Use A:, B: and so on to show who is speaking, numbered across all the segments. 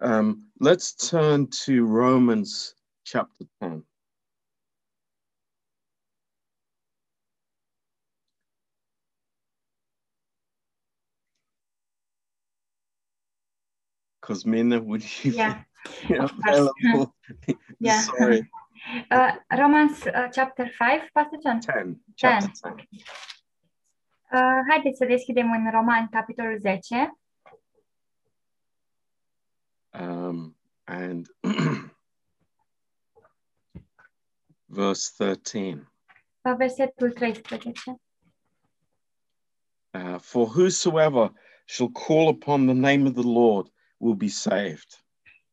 A: Um, let's turn to Romans chapter 10. Cosmina, would you?
B: Yeah.
A: be
B: of course.
A: available?
B: Yeah.
A: Sorry,
B: Uh, Romans uh, chapter 5, Pastor John.
A: 10. Chapter 10.
B: Uh, haideți să deschidem în Roman capitolul 10.
A: um, and verse 13
B: uh, Versetul 13.
A: uh, for whosoever shall call upon the name of the lord will be saved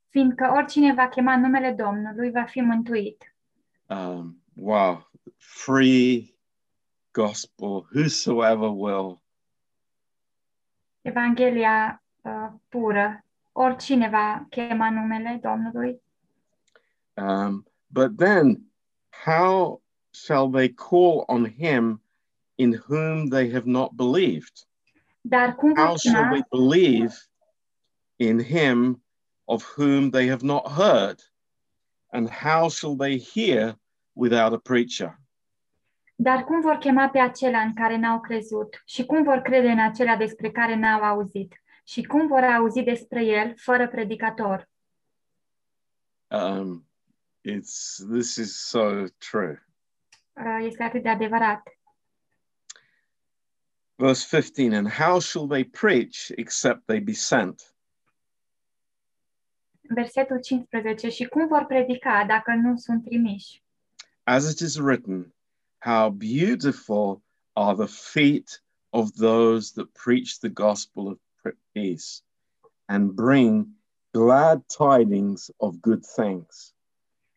B: Fiindcă oricine va chema numele Domnului va fi mântuit.
A: um, wow free gospel whosoever will
B: Evanghelia uh, pură. Oricine va chema numele Domnului.
A: um, but then how shall they call on him in whom they have not believed
B: Dar cum vor
A: how shall
B: chema,
A: they believe in him of whom they have not heard? And how shall they hear without a preacher?
B: dar cum vor chema pe acela în care n-au crezut? Și cum vor crede în acela despre care n-au auzit? Și cum vor auzi despre el fără predicator?
A: Um, it's this is so true.
B: Uh, Este atât de adevărat.
A: Verse 15, and how shall they preach except they be sent?
B: Versetul 15. Și cum vor predica dacă nu sunt trimiși?
A: As it is written, how beautiful are the feet of those that preach the gospel of peace and bring glad tidings of good things.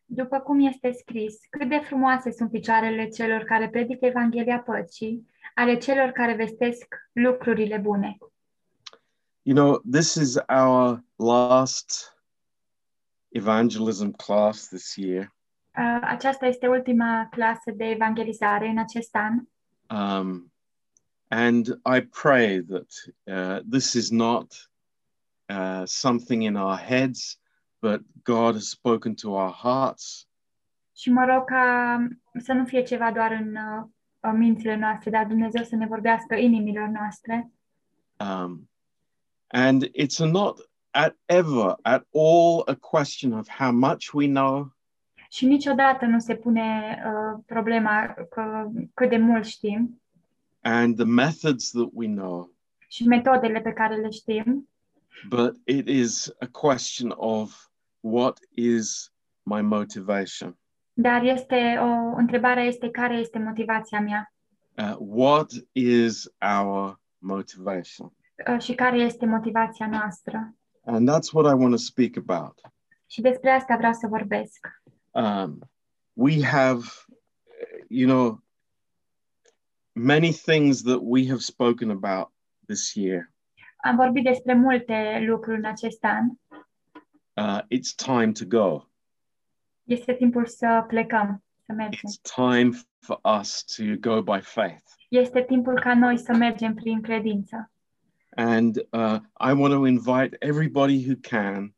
B: După cum este scris, cât de frumoase sunt picioarele celor care predică Evanghelia păcii, ale celor care vestesc lucrurile bune.
A: You know, this is our last evangelism class this year.
B: Uh, Aceasta este ultima clasă de evangelizare în acest an
A: Um, and I pray that uh, this is not uh, something in our heads, but God has spoken to our hearts.
B: și mă rog ca să nu fie ceva doar în uh, în mințile noastre, dar Dumnezeu să ne vorbească inimilor noastre.
A: Um, and it's not at ever at all a question of how much we know,
B: Și niciodată nu se pune uh, problema că, cât de mult știm
A: and the methods that we know,
B: și metodele pe care le știm,
A: but it is a question of what is my motivation?
B: dar este o întrebare este care este motivația mea
A: Uh, what is our motivation?
B: uh, și care este motivația noastră.
A: And that's what I want to speak about.
B: Și despre asta vreau să vorbesc.
A: Um, we have, uh, you know, many things that we have spoken about this year.
B: Am vorbit despre multe lucruri în acest an.
A: Uh, it's time to go.
B: Este timpul să plecăm, să mergem.
A: It's time for us to go by faith.
B: Este timpul ca noi să mergem prin credință.
A: And uh, I want to invite everybody who can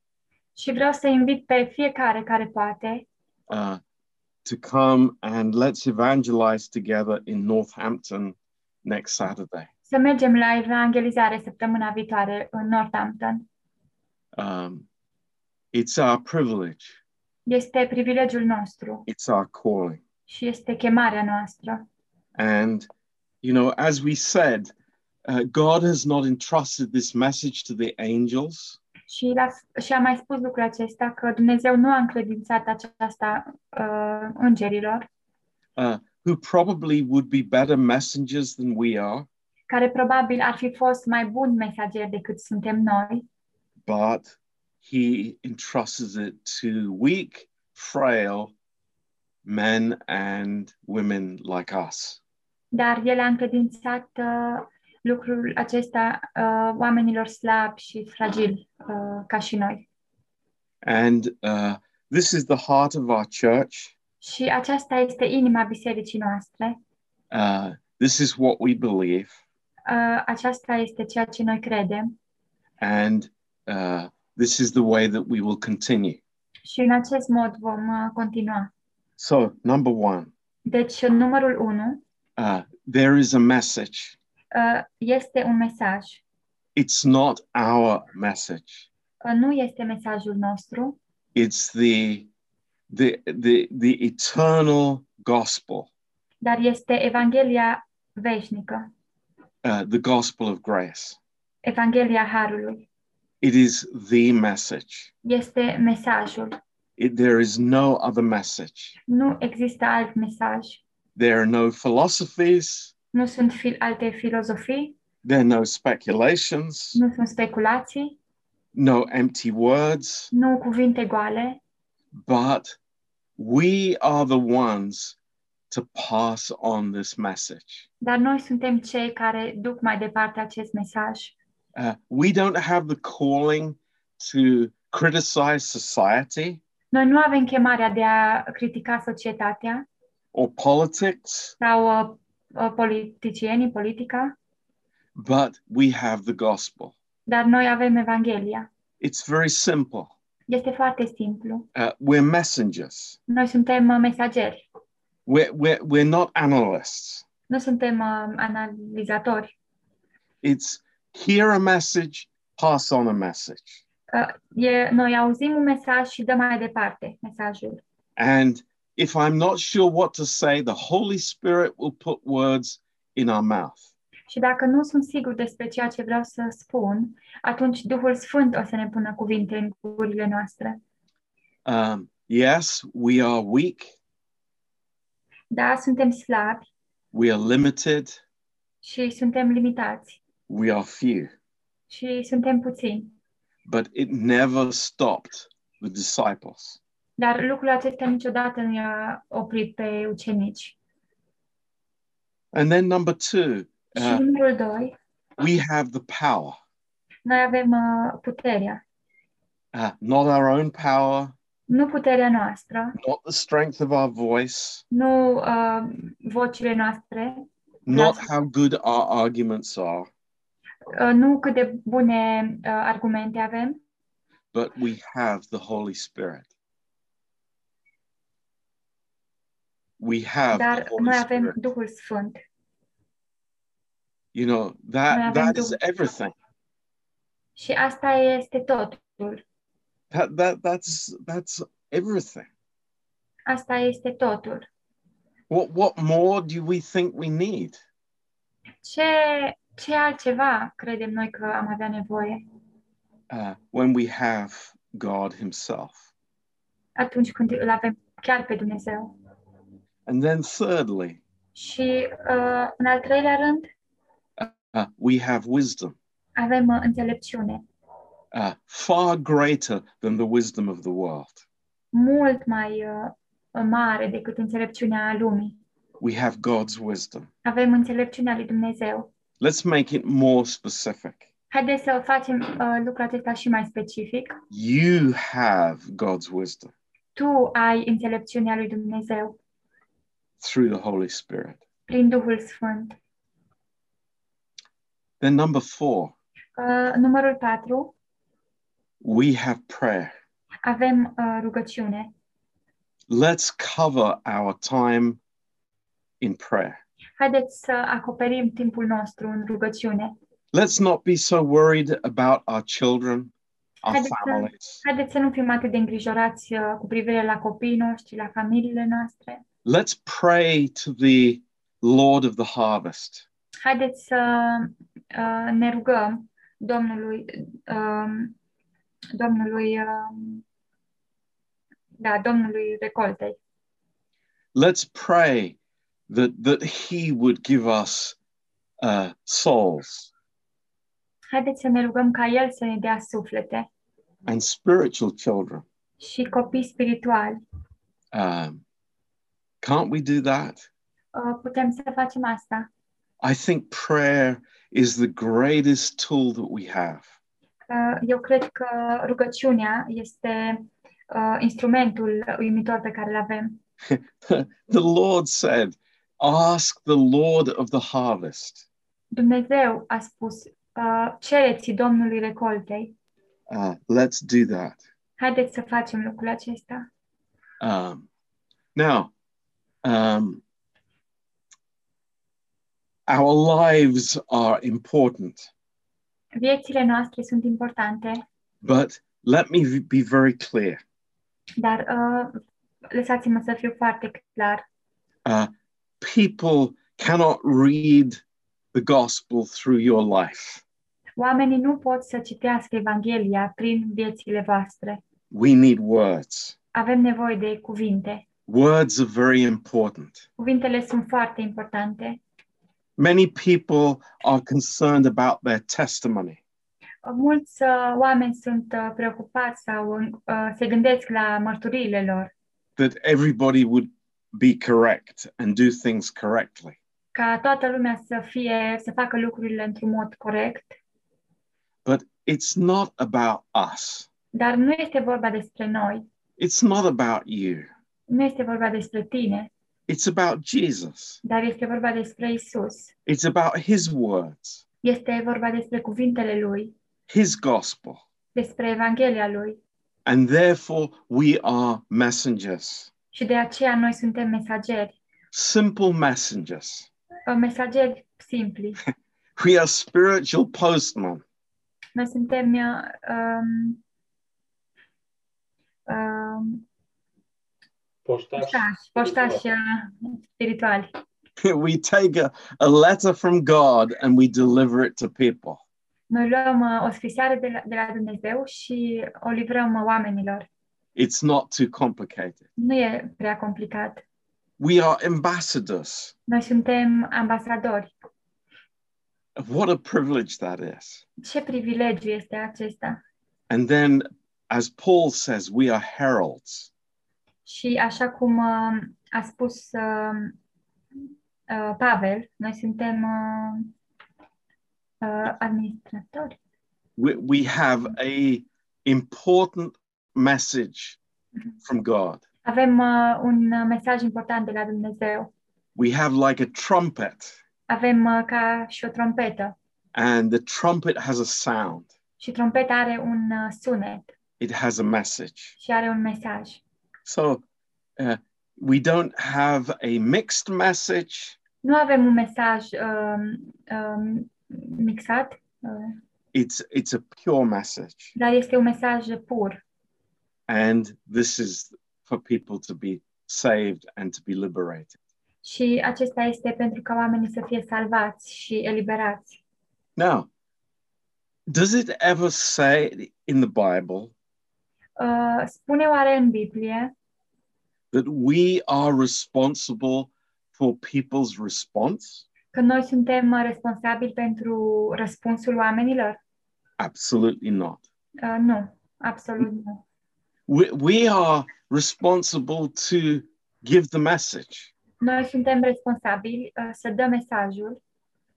B: Și vreau să invit pe fiecare care poate
A: uh, to come and let's evangelize together in Northampton next Saturday.
B: să mergem la evangelizare săptămâna viitoare în Northampton.
A: Um, it's our privilege.
B: Este privilegiul nostru
A: It's our calling.
B: și este chemarea noastră.
A: And, you know, as we said, uh, God has not entrusted this message to the angels,
B: Și, la, și am mai spus lucrul acesta că Dumnezeu nu a încredințat aceasta uh, îngerilor,
A: uh, who probably would be better messengers than we are,
B: care probabil ar fi fost mai buni mesageri decât suntem noi,
A: but He entrusts it to weak, frail men and women like us.
B: dar El a încredințat uh, lucrul acesta uh, oamenilor slabi și fragili uh, ca și noi.
A: And uh, this is the heart of our church.
B: Și aceasta este inima bisericii noastre.
A: Uh, this is what we believe.
B: Uh, Aceasta este ceea ce noi credem
A: And uh, This is the way that we will continue.
B: Și în acest mod vom uh, continua.
A: So, number one,
B: Deci, numărul 1
A: uh, there is a message.
B: uh, este un mesaj.
A: It's not our message.
B: Uh, Nu este mesajul nostru,
A: It's the the the the eternal gospel,
B: dar este Evanghelia veșnică,
A: uh, the gospel of grace.
B: Evanghelia Harului.
A: It is the message.
B: Este mesajul.
A: It, there is no other message.
B: Nu există alt mesaj.
A: There are no philosophies.
B: Nu sunt fil- alte filozofii,
A: There are no speculations.
B: nu sunt speculații,
A: No empty words.
B: nu cuvinte goale,
A: But we are the ones to pass on this message.
B: dar noi suntem cei care duc mai departe acest mesaj.
A: Uh, we don't have the calling to criticize society
B: Noi nu avem chemarea de a critica societatea
A: or politics,
B: sau uh, uh, politicienii, politica,
A: but we have the gospel.
B: dar noi avem Evanghelia.
A: It's very simple.
B: Este foarte simplu.
A: Uh, we're messengers.
B: Noi suntem uh, mesageri,
A: We're, we're, we're not analysts.
B: nu suntem uh, analizatori.
A: It's hear a message, pass on a message.
B: E, noi auzim un mesaj și dăm mai departe mesajul.
A: And if I'm not sure what to say, the Holy Spirit will put words in our mouth.
B: Și dacă nu sunt sigur despre ceea ce vreau să spun, atunci Duhul Sfânt o să ne pună cuvinte în gurile noastre.
A: Um, yes, we are weak,
B: Da, suntem slabi
A: we are limited,
B: și suntem limitați
A: we are few,
B: și suntem puțini.
A: but it never stopped the disciples.
B: Dar lucrul acesta niciodată nu i-a oprit pe ucenici.
A: And then, number two,
B: Și
A: uh,
B: numărul doi,
A: we have the power,
B: noi avem uh, puterea.
A: uh, not our own power,
B: Nu puterea noastră,
A: not the strength of our voice,
B: nu uh, vocile noastre,
A: not
B: That's-
A: how good our arguments are,
B: uh, nu cât de bune uh, argumente avem,
A: but we have the Holy Spirit. We have
B: dar
A: the Holy
B: noi avem
A: Spirit.
B: Duhul Sfânt.
A: You know,
B: Noi
A: that,
B: avem
A: that is
B: Duhul.
A: everything.
B: Și asta este totul.
A: That, that, that's, that's everything.
B: Asta este totul.
A: What what more do we think we need?
B: Ce, ce altceva credem noi că am avea nevoie
A: Uh, when we have God Himself.
B: atunci când îl avem chiar pe Dumnezeu?
A: And then, thirdly,
B: Și uh, în al treilea rând,
A: uh, we have wisdom,
B: avem uh, înțelepciune,
A: uh, far greater than the wisdom of the world.
B: mult mai uh, mare decât înțelepciunea lumii.
A: We have God's wisdom.
B: Avem înțelepciunea lui Dumnezeu.
A: Let's make it more specific.
B: Haideți să facem uh, lucrul acesta și mai specific.
A: You have God's wisdom
B: Tu ai înțelepciunea lui Dumnezeu
A: through the Holy Spirit.
B: prin Duhul Sfânt.
A: Then, number four,
B: Uh, numărul 4,
A: we have prayer.
B: avem uh, rugăciune.
A: Let's cover our time in prayer.
B: Haideți să acoperim timpul nostru în rugăciune.
A: Let's not be so worried about our children, our
B: Haideți să-
A: families.
B: Haideți să nu fim atât de îngrijorați uh, cu privire la copiii noștri, la familiile noastre.
A: Let's pray to the Lord of the harvest.
B: Haideți să uh, ne rugăm Domnului, uh, Domnului, uh, da, Domnului Recoltei.
A: Let's pray that, that He would give us uh, souls
B: Haideți să ne rugăm ca El să ne dea suflete
A: and spiritual children.
B: și copii spirituali.
A: Um, can't we do that?
B: Uh, putem să facem asta.
A: I think prayer is the greatest tool that we have.
B: Uh, Eu cred că rugăciunea este uh, instrumentul uimitor pe care îl avem.
A: The Lord said, Ask the Lord of the harvest.
B: Dumnezeu a spus, uh, cereți Domnului recoltei
A: Uh, let's do that.
B: Haideți să facem lucrul acesta.
A: Um, now, um, our lives are important,
B: Viețile noastre sunt importante,
A: but let me v- be very clear.
B: dar uh, lăsați-mă să fiu foarte clar.
A: Uh, people cannot read the gospel through your life.
B: Oamenii nu pot să citească Evanghelia prin viețile voastre.
A: We need words.
B: Avem nevoie de cuvinte.
A: Words are very important.
B: Cuvintele sunt foarte importante.
A: Many people are concerned about their testimony.
B: Mulți uh, oameni sunt uh, preocupați sau uh, se gândesc la mărturiile lor,
A: that everybody would be correct and do things correctly.
B: ca toată lumea să fie, să facă lucrurile într-un mod corect,
A: But it's not about us.
B: dar nu este vorba despre noi,
A: It's not about you.
B: nu este vorba despre tine,
A: It's about Jesus.
B: dar este vorba despre Isus.
A: It's about his words,
B: Este vorba despre cuvintele lui,
A: his gospel.
B: despre Evanghelia lui
A: And therefore, we are messengers,
B: și de aceea noi suntem mesageri,
A: simple messengers.
B: uh, mesageri simpli.
A: We are spiritual postmen.
B: Noi suntem uh, um, um,
C: Poștaș.
B: poștași, poștași uh, spirituali.
A: we take a, a letter from God and we deliver it to people.
B: Noi luăm uh, o scrisoare de la, de la Dumnezeu și o livrăm uh, oamenilor.
A: It's not too complicated.
B: Nu e prea complicat.
A: We are ambassadors.
B: Noi suntem ambasadori.
A: What a privilege that is.
B: Ce privilegiu este acesta?
A: And then, as Paul says, we are heralds.
B: Și așa cum uh, a spus uh, uh, Pavel, noi suntem uh, uh, administratori.
A: We, we have a important message from God.
B: Avem uh, un uh, mesaj important de la Dumnezeu.
A: We have like a trumpet,
B: Avem uh, ca și o trompetă.
A: and the trumpet has a sound,
B: Și trompeta are un uh, sunet
A: it has a message.
B: și are un mesaj.
A: So uh, we don't have a mixed message,
B: Nu avem un mesaj um, um, mixat, uh,
A: it's, it's a pure message.
B: dar este un mesaj pur.
A: And this is for people to be saved and to be liberated.
B: Și acesta este pentru ca oamenii să fie salvați și eliberați.
A: Now, does it ever say in the Bible
B: Uh, spune oare în Biblie
A: that we are responsible for people's response?
B: că noi suntem uh, responsabili pentru răspunsul oamenilor?
A: Absolutely not.
B: Uh, nu, absolut nu.
A: We, we are responsible to give the message,
B: Noi suntem responsabili uh, să dăm mesajul,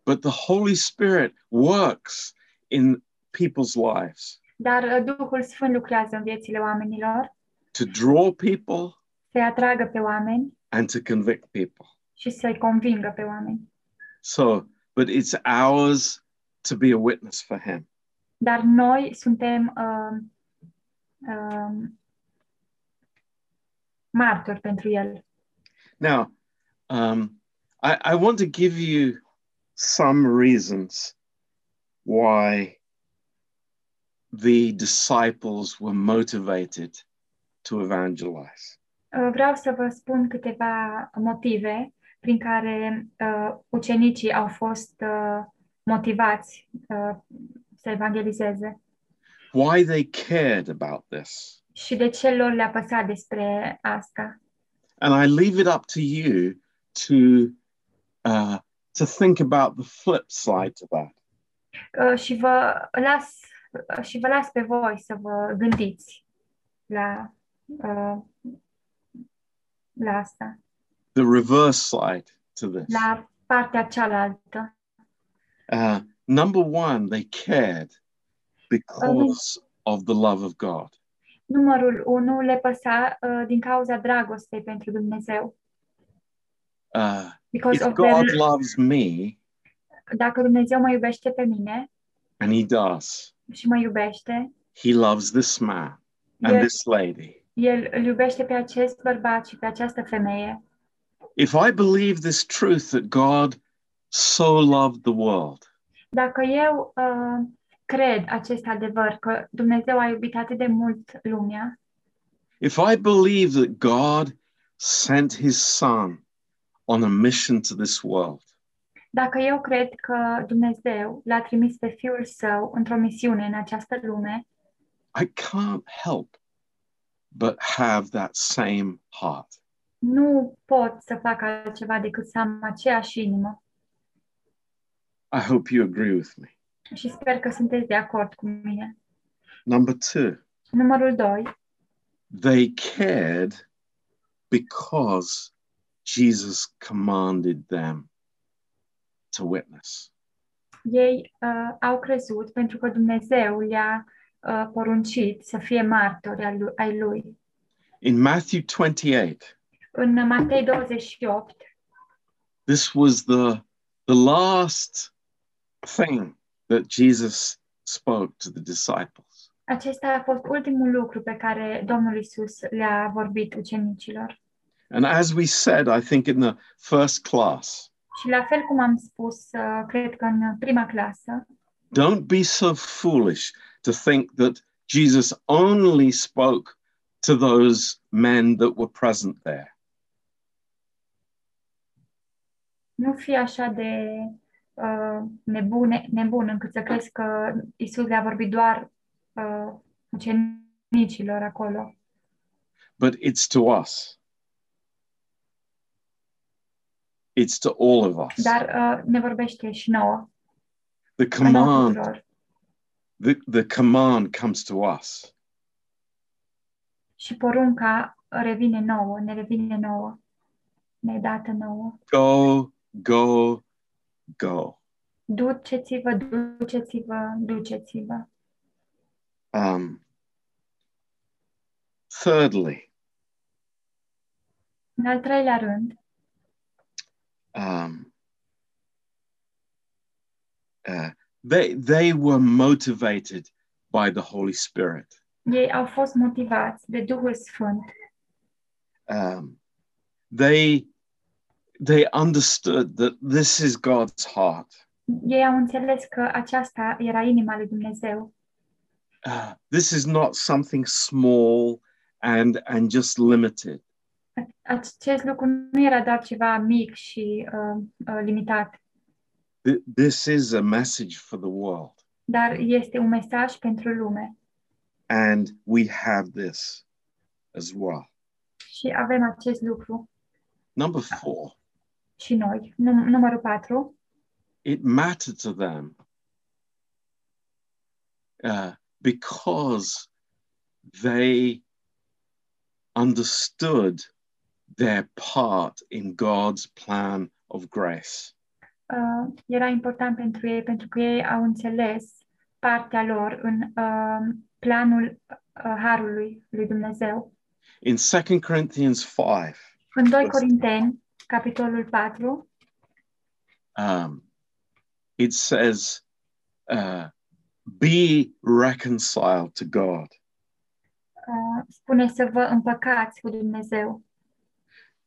A: but the Holy Spirit works in people's lives
B: dar uh, Duhul Sfânt lucrează în viețile oamenilor,
A: to draw people
B: să-i atragă pe oameni
A: and to convict people.
B: și să-i convingă pe oameni.
A: So, but it's ours to be a witness for Him.
B: dar noi suntem uh, uh, martori pentru el.
A: Now, um, I, I want to give you some reasons why the disciples were motivated to evangelize.
B: Uh, vreau să vă spun câteva motive prin care uh, ucenicii au fost uh, motivați uh, să evangelizeze
A: Why they cared about this.
B: și de ce lor le-a păsat despre asta.
A: And I leave it up to you to uh, to think about the flip side to that.
B: Uh, și vă las uh, și vă las pe voi să vă gândiți la uh, la asta.
A: The reverse side to this.
B: la partea cealaltă.
A: Uh, number one, they cared because of the love of God.
B: Numărul 1 le păsa uh, din cauza dragostei pentru Dumnezeu.
A: Uh,
B: Because
A: if
B: of their,
A: God loves me,
B: dacă Dumnezeu mă iubește pe mine
A: and He does,
B: și mă iubește,
A: He loves this man and
B: El,
A: this lady.
B: el îl iubește pe acest bărbat și pe această femeie.
A: If I believe this truth that God so loved the world,
B: Dacă eu uh, cred acest adevăr că Dumnezeu a iubit atât de mult lumea,
A: if I believe that God sent his son on a mission to this world,
B: dacă eu cred că Dumnezeu l-a trimis pe Fiul Său într-o misiune în această lume,
A: I can't help but have that same heart.
B: nu pot să fac altceva decât să am aceeași inimă.
A: I hope you agree with me.
B: Și sper că sunteți de acord cu mine.
A: Number two,
B: Numărul 2.
A: they cared because Jesus commanded them to witness.
B: Ei uh, au crezut pentru că Dumnezeu le-a uh, poruncit să fie martori al lui- ai lui.
A: In Matthew 28,
B: În Matei 28,
A: this was the, the last thing that Jesus spoke to the disciples.
B: acesta a fost ultimul lucru pe care Domnul Isus le-a vorbit ucenicilor.
A: And as we said, I think in the first class,
B: Și la fel cum am spus, uh, cred că în prima clasă,
A: don't be so foolish to think that Jesus only spoke to those men that were present there.
B: nu fi așa de uh, nebune, nebun încât să crezi că Isus le-a vorbit doar uh, ucenicilor acolo.
A: but it's to us. It's to all of us.
B: Dar uh, ne vorbește și nouă.
A: the
B: a nouă
A: command,
B: tuturor.
A: the, the command comes to us.
B: Și porunca revine nouă, ne revine nouă, ne e dată nouă.
A: Go, go, go.
B: Duceți-vă, duceți-vă, duceți-vă.
A: Um, thirdly,
B: În al treilea rând,
A: um, uh, they they were motivated by the Holy Spirit.
B: ei au fost motivați de Duhul Sfânt.
A: um, they they understood that this is God's heart.
B: Ei au înțeles că aceasta era inima lui Dumnezeu.
A: Uh, this is not something small and and just limited.
B: Acest lucru nu era doar ceva mic și uh, uh, limitat,
A: Th- This is a message for the world,
B: dar este un mesaj pentru lume.
A: and we have this as well.
B: Și avem acest lucru
A: Number four,
B: și noi. Num- numărul 4.
A: it mattered to them uh, because they understood their part in God's plan of grace.
B: uh, era important pentru ei pentru că ei au înțeles partea lor în uh, planul uh, harului lui Dumnezeu.
A: In 2 Corinthians 5,
B: În 2
A: Asta.
B: Corinteni, capitolul 4,
A: um, it says, uh, Be reconciled to God.
B: uh, spune să vă împăcați cu Dumnezeu.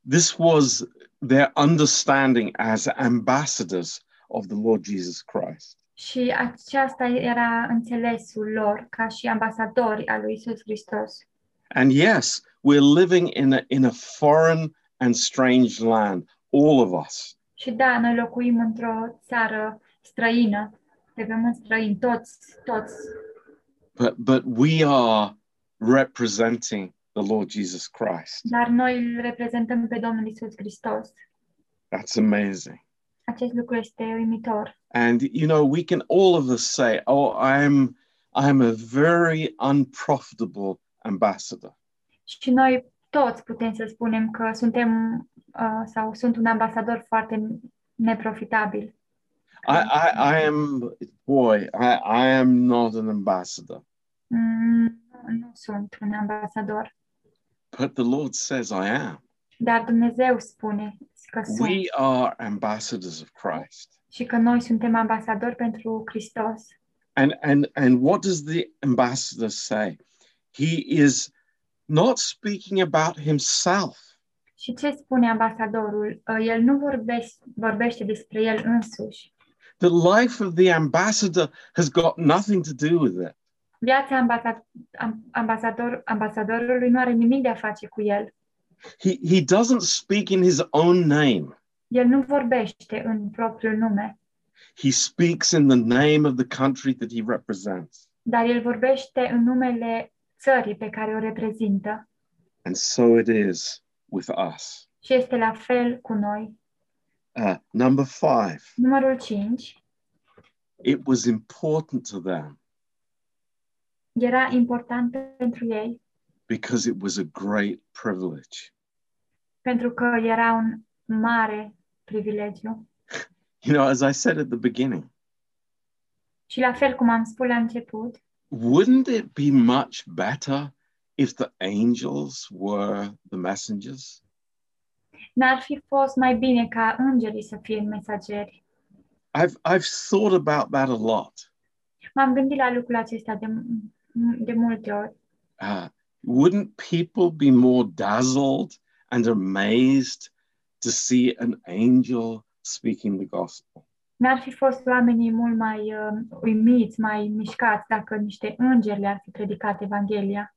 A: This was their understanding as ambassadors of the Lord Jesus Christ.
B: Și aceasta era înțelesul lor ca și ambasadori al lui Isus Hristos.
A: And yes, we're living in a, in a foreign and strange land, all of us.
B: Și da, noi locuim într-o țară străină, devem în străini, toți, toți,
A: But, but we are representing the Lord Jesus Christ.
B: dar noi îl reprezentăm pe Domnul Isus Hristos.
A: That's amazing.
B: Acest lucru este uimitor.
A: And you know, we can all of us say, "Oh, I'm I'm a very unprofitable ambassador."
B: Și noi toți putem să spunem că suntem uh, sau sunt un ambasador foarte neprofitabil.
A: I I, I am boy, I, I am not an ambassador.
B: Mm, nu sunt un ambasador,
A: But the Lord says I am.
B: dar Dumnezeu spune că sunt
A: We are ambassadors of Christ.
B: și că noi suntem ambasadori pentru Hristos.
A: And, and, and what does the ambassador say? He is not speaking about himself.
B: Și ce spune ambasadorul? Uh, El nu vorbește, vorbește despre el însuși.
A: The life of the ambassador has got nothing to do with it.
B: Viața ambasa- am- ambasador, ambasadorului nu are nimic de a face cu el.
A: He, he doesn't speak in his own name.
B: El nu vorbește în propriul nume,
A: He speaks in the name of the country that he represents.
B: dar el vorbește în numele țării pe care o reprezintă.
A: And so it is with us.
B: Și este la fel cu noi.
A: Uh, number five,
B: Numărul 5.
A: it was important to them
B: Era important pentru ei,
A: because it was a great privilege.
B: pentru că era un mare privilegiu.
A: You know, as I said at the beginning,
B: Și la fel cum am spus la început,
A: wouldn't it be much better if the angels were the messengers?
B: n-ar fi fost mai bine ca îngerii să fie mesageri.
A: I've, I've thought about that a lot.
B: M-am gândit la lucrul acesta de, de multe ori.
A: Uh, wouldn't people be more dazzled and amazed to see an angel speaking the gospel?
B: N-ar fi fost oamenii mult mai uh, uimiți, mai mișcați dacă niște îngeri le-ar fi predicat Evanghelia.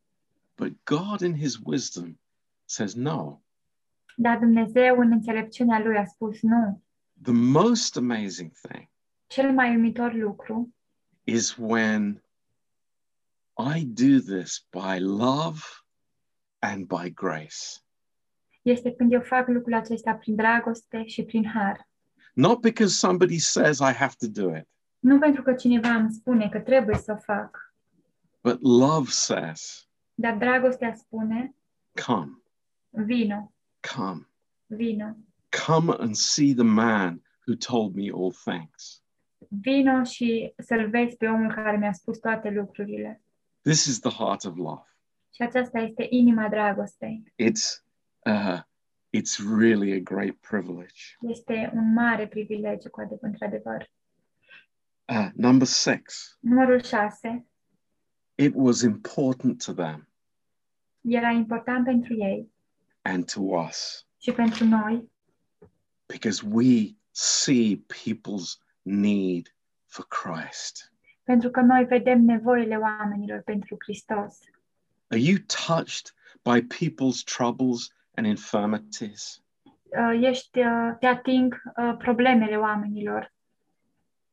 A: But God, in his wisdom, says, no,
B: Dar Dumnezeu, în înțelepciunea lui, a spus nu.
A: the most amazing thing
B: Cel mai uimitor lucru
A: is when I do this by love and by grace.
B: este când eu fac lucrul acesta prin dragoste și prin har.
A: Not because somebody says I have to do it,
B: Nu pentru că cineva îmi spune că trebuie să o fac,
A: but love says,
B: dar dragostea spune,
A: come,
B: vino,
A: come,
B: vino,
A: come and see the man who told me all things.
B: vino și să-l vezi pe omul care mi-a spus toate lucrurile.
A: This is the heart of love.
B: Și aceasta este inima dragostei.
A: It's, uh, it's really a great privilege.
B: Este un mare privilegiu, cu adevărat, într-adevăr.
A: Uh, number six,
B: Numărul 6
A: it was important to them
B: era important pentru ei
A: and to us.
B: și pentru noi,
A: because we see people's need for Christ.
B: pentru că noi vedem nevoile oamenilor pentru Hristos.
A: Are you touched by people's troubles and infirmities?
B: Uh, Ești, uh, te ating uh, problemele oamenilor.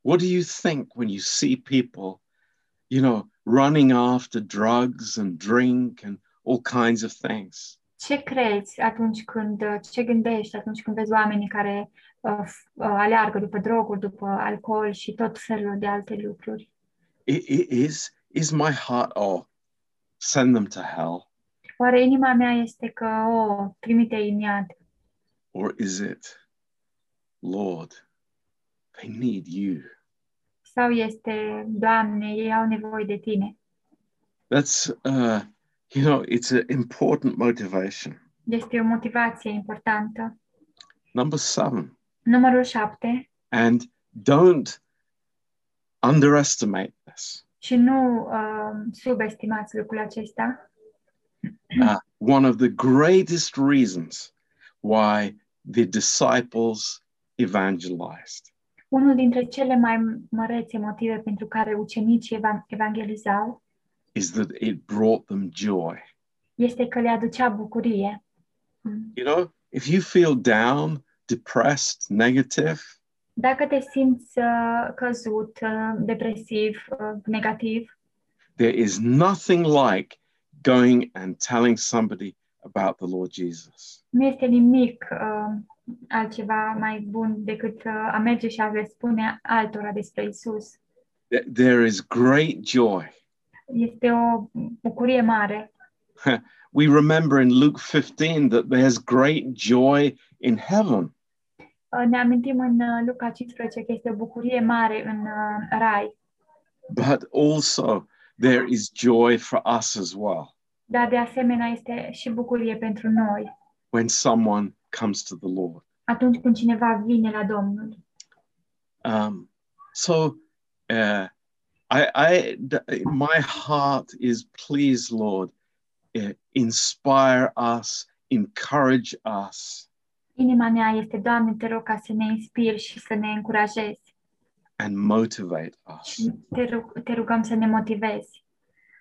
A: What do you think when you see people, you know, running after drugs and drink and all kinds of things?
B: Ce crezi atunci când, uh, ce gândești atunci când vezi oamenii care uh, f- uh, aleargă după droguri, după alcool și tot felul de alte lucruri?
A: I- i- is, is my heart, oh, send them to hell?
B: Oare inima mea este că, o, oh, trimite-i în iad?
A: Or is it, Lord, they need you?
B: Sau este, Doamne, ei au nevoie de Tine?
A: That's, uh, you know, it's an important motivation.
B: Este o motivație importantă.
A: Number seven,
B: Numărul 7
A: and don't underestimate this.
B: Și nu uh, subestimați lucrul acesta.
A: Uh, one of the greatest reasons why the disciples evangelized.
B: Unul dintre cele mai mărețe motive pentru care ucenicii evan- evangelizau
A: Is that it brought them joy.
B: este că le aducea bucurie. Mm.
A: You know, if you feel down, depressed, negative,
B: Dacă te simți uh, căzut, uh, depresiv, uh, negativ,
A: there is nothing like going and telling somebody about the Lord Jesus.
B: nu este nimic uh, altceva mai bun decât uh, a merge și a le spune altora despre Isus.
A: There- There is great joy.
B: Este o bucurie mare.
A: we remember in Luke 15 that there's great joy in heaven
B: Uh, ne amintim în uh, Luca 15 că este o bucurie mare în uh, rai.
A: but also there is joy for us as well
B: dar de asemenea este și bucurie pentru noi
A: when someone comes to the lord
B: atunci când cineva vine la Domnul.
A: um, so uh, I, I, th- my heart is please, Lord, eh, inspire us, encourage us,
B: Inima mea este, Doamne, te rog ca să ne inspiri și să ne încurajezi.
A: and motivate us.
B: Și Te, rug, te rugăm să ne motivezi.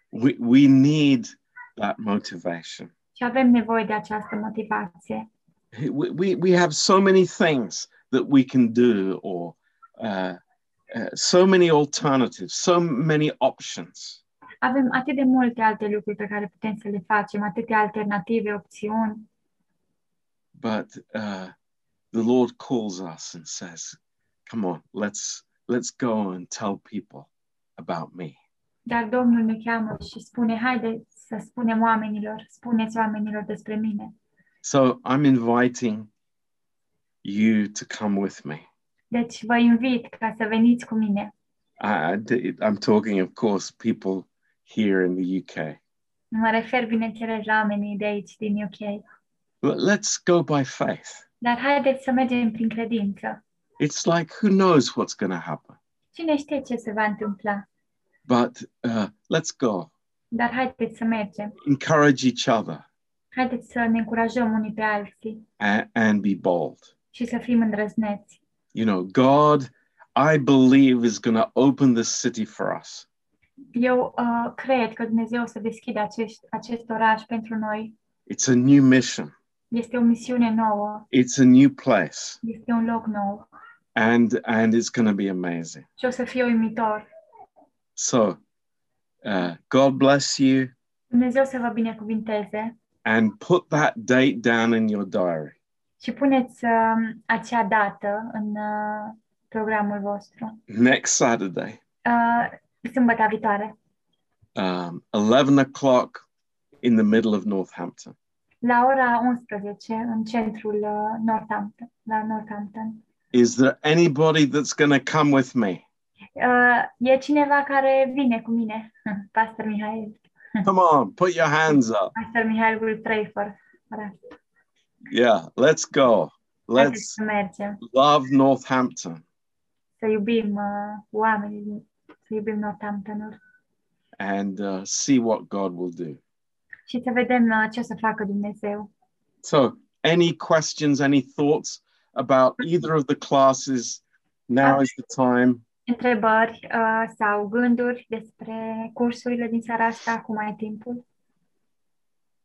A: We, we need that motivation.
B: Și avem nevoie de această motivație.
A: We, we, we have so many things that we can do, or uh, uh, so many alternatives, so many options.
B: Avem atât de multe alte lucruri pe care putem să le facem, atâtea alternative, opțiuni,
A: But uh, the Lord calls us and says, "Come on, let's let's go and tell people about me."
B: dar Domnul ne cheamă și spune, haide să spunem oamenilor, spuneți oamenilor despre mine.
A: So I'm inviting you to come with me.
B: Deci vă invit ca să veniți cu mine.
A: I, I d- I'm talking, of course, people here in the UK.
B: Mă refer, bineînțeles, la oamenii de aici, din UK.
A: But let's go by faith.
B: Dar haideți să mergem prin credință.
A: It's like who knows what's going to happen,
B: Cine știe ce se va întâmpla?
A: but uh, let's go.
B: Dar haideți să mergem.
A: Encourage each other
B: Haideți să ne încurajăm unii pe alții
A: and, and be bold.
B: și să fim îndrăzneți.
A: You know, God, I believe, is going to open this city for us.
B: Eu uh, cred că Dumnezeu o să deschide acest, acest oraș pentru noi.
A: It's a new mission.
B: Este o misiune nouă,
A: It's a new place,
B: este un loc nou
A: and and it's going to be amazing.
B: și o să fie uimitor.
A: So, uh, God bless you.
B: Dumnezeu să vă binecuvinteze
A: and put that date down in your diary.
B: și puneți uh, acea dată în uh, programul vostru.
A: Next Saturday,
B: Uh, sâmbătă viitoare,
A: um, 11 o'clock in the middle of Northampton.
B: la ora 11, în centrul uh, Northampton, la Northampton.
A: Is there anybody that's going to come with me?
B: Uh, e cineva care vine cu mine, Pastor Mihail,
A: Come on, put your hands up.
B: Pastor Mihail will pray for. Da.
A: Yeah, let's go.
B: Haideți
A: Let's
B: să mergem,
A: love Northampton
B: să iubim uh, oamenii, să iubim Northamptonul
A: and uh, see what God will do.
B: și să vedem uh, ce o să facă Dumnezeu.
A: So, any questions, any thoughts about either of the classes? Now is the time.
B: Întrebări uh, sau gânduri despre cursurile din seara asta, acum ai timpul?